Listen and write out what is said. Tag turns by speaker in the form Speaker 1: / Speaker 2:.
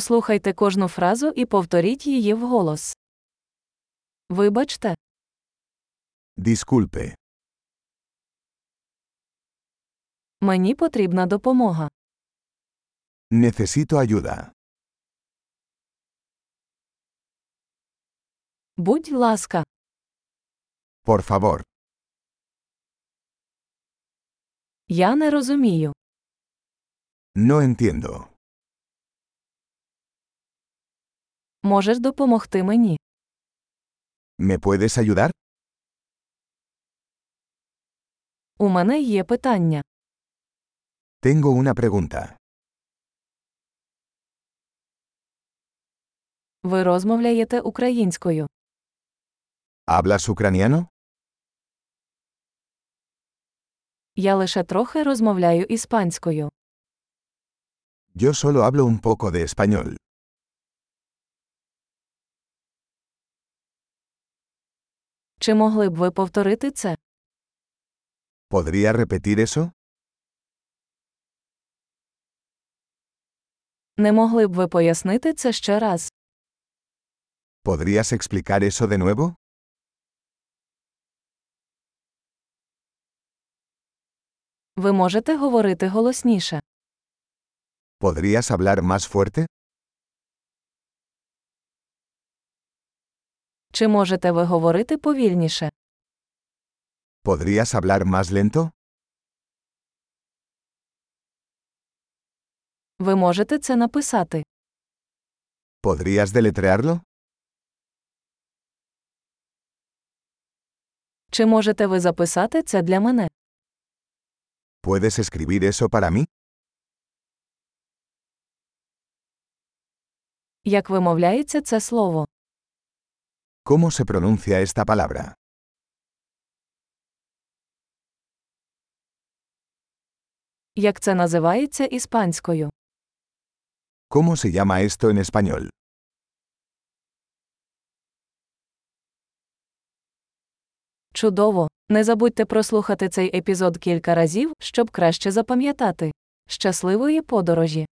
Speaker 1: Послухайте кожну фразу і повторіть її вголос. Вибачте,
Speaker 2: Disculpe,
Speaker 1: мені потрібна допомога.
Speaker 2: necesito ayuda.
Speaker 1: Будь ласка,
Speaker 2: Por favor,
Speaker 1: я не розумію.
Speaker 2: no entiendo.
Speaker 1: Можеш допомогти мені?
Speaker 2: ¿Me puedes ayudar?
Speaker 1: У мене є питання.
Speaker 2: Tengo una pregunta.
Speaker 1: Ви розмовляєте українською.
Speaker 2: ¿Hablas ucraniano?
Speaker 1: Я лише трохи розмовляю іспанською.
Speaker 2: Yo solo hablo un poco de español.
Speaker 1: Чи могли б ви повторити це?
Speaker 2: ¿Podría repetir eso?
Speaker 1: Не могли б ви пояснити це ще раз?
Speaker 2: ¿Podrías explicar eso de nuevo?
Speaker 1: Ви можете говорити голосніше.
Speaker 2: ¿Podrías hablar más fuerte?
Speaker 1: Чи можете ви говорити повільніше?
Speaker 2: ¿Podrías hablar más lento?
Speaker 1: Ви можете це написати.
Speaker 2: ¿Podrías deletrearlo?
Speaker 1: Чи можете ви записати це для мене?
Speaker 2: ¿Puedes escribir eso para mí?
Speaker 1: Як вимовляється це слово?
Speaker 2: ¿Cómo se pronuncia esta palabra?
Speaker 1: Як це називається іспанською?
Speaker 2: ¿Cómo se llama esto en español?
Speaker 1: Чудово! Не забудьте прослухати цей епізод кілька разів, щоб краще запам'ятати. Щасливої подорожі!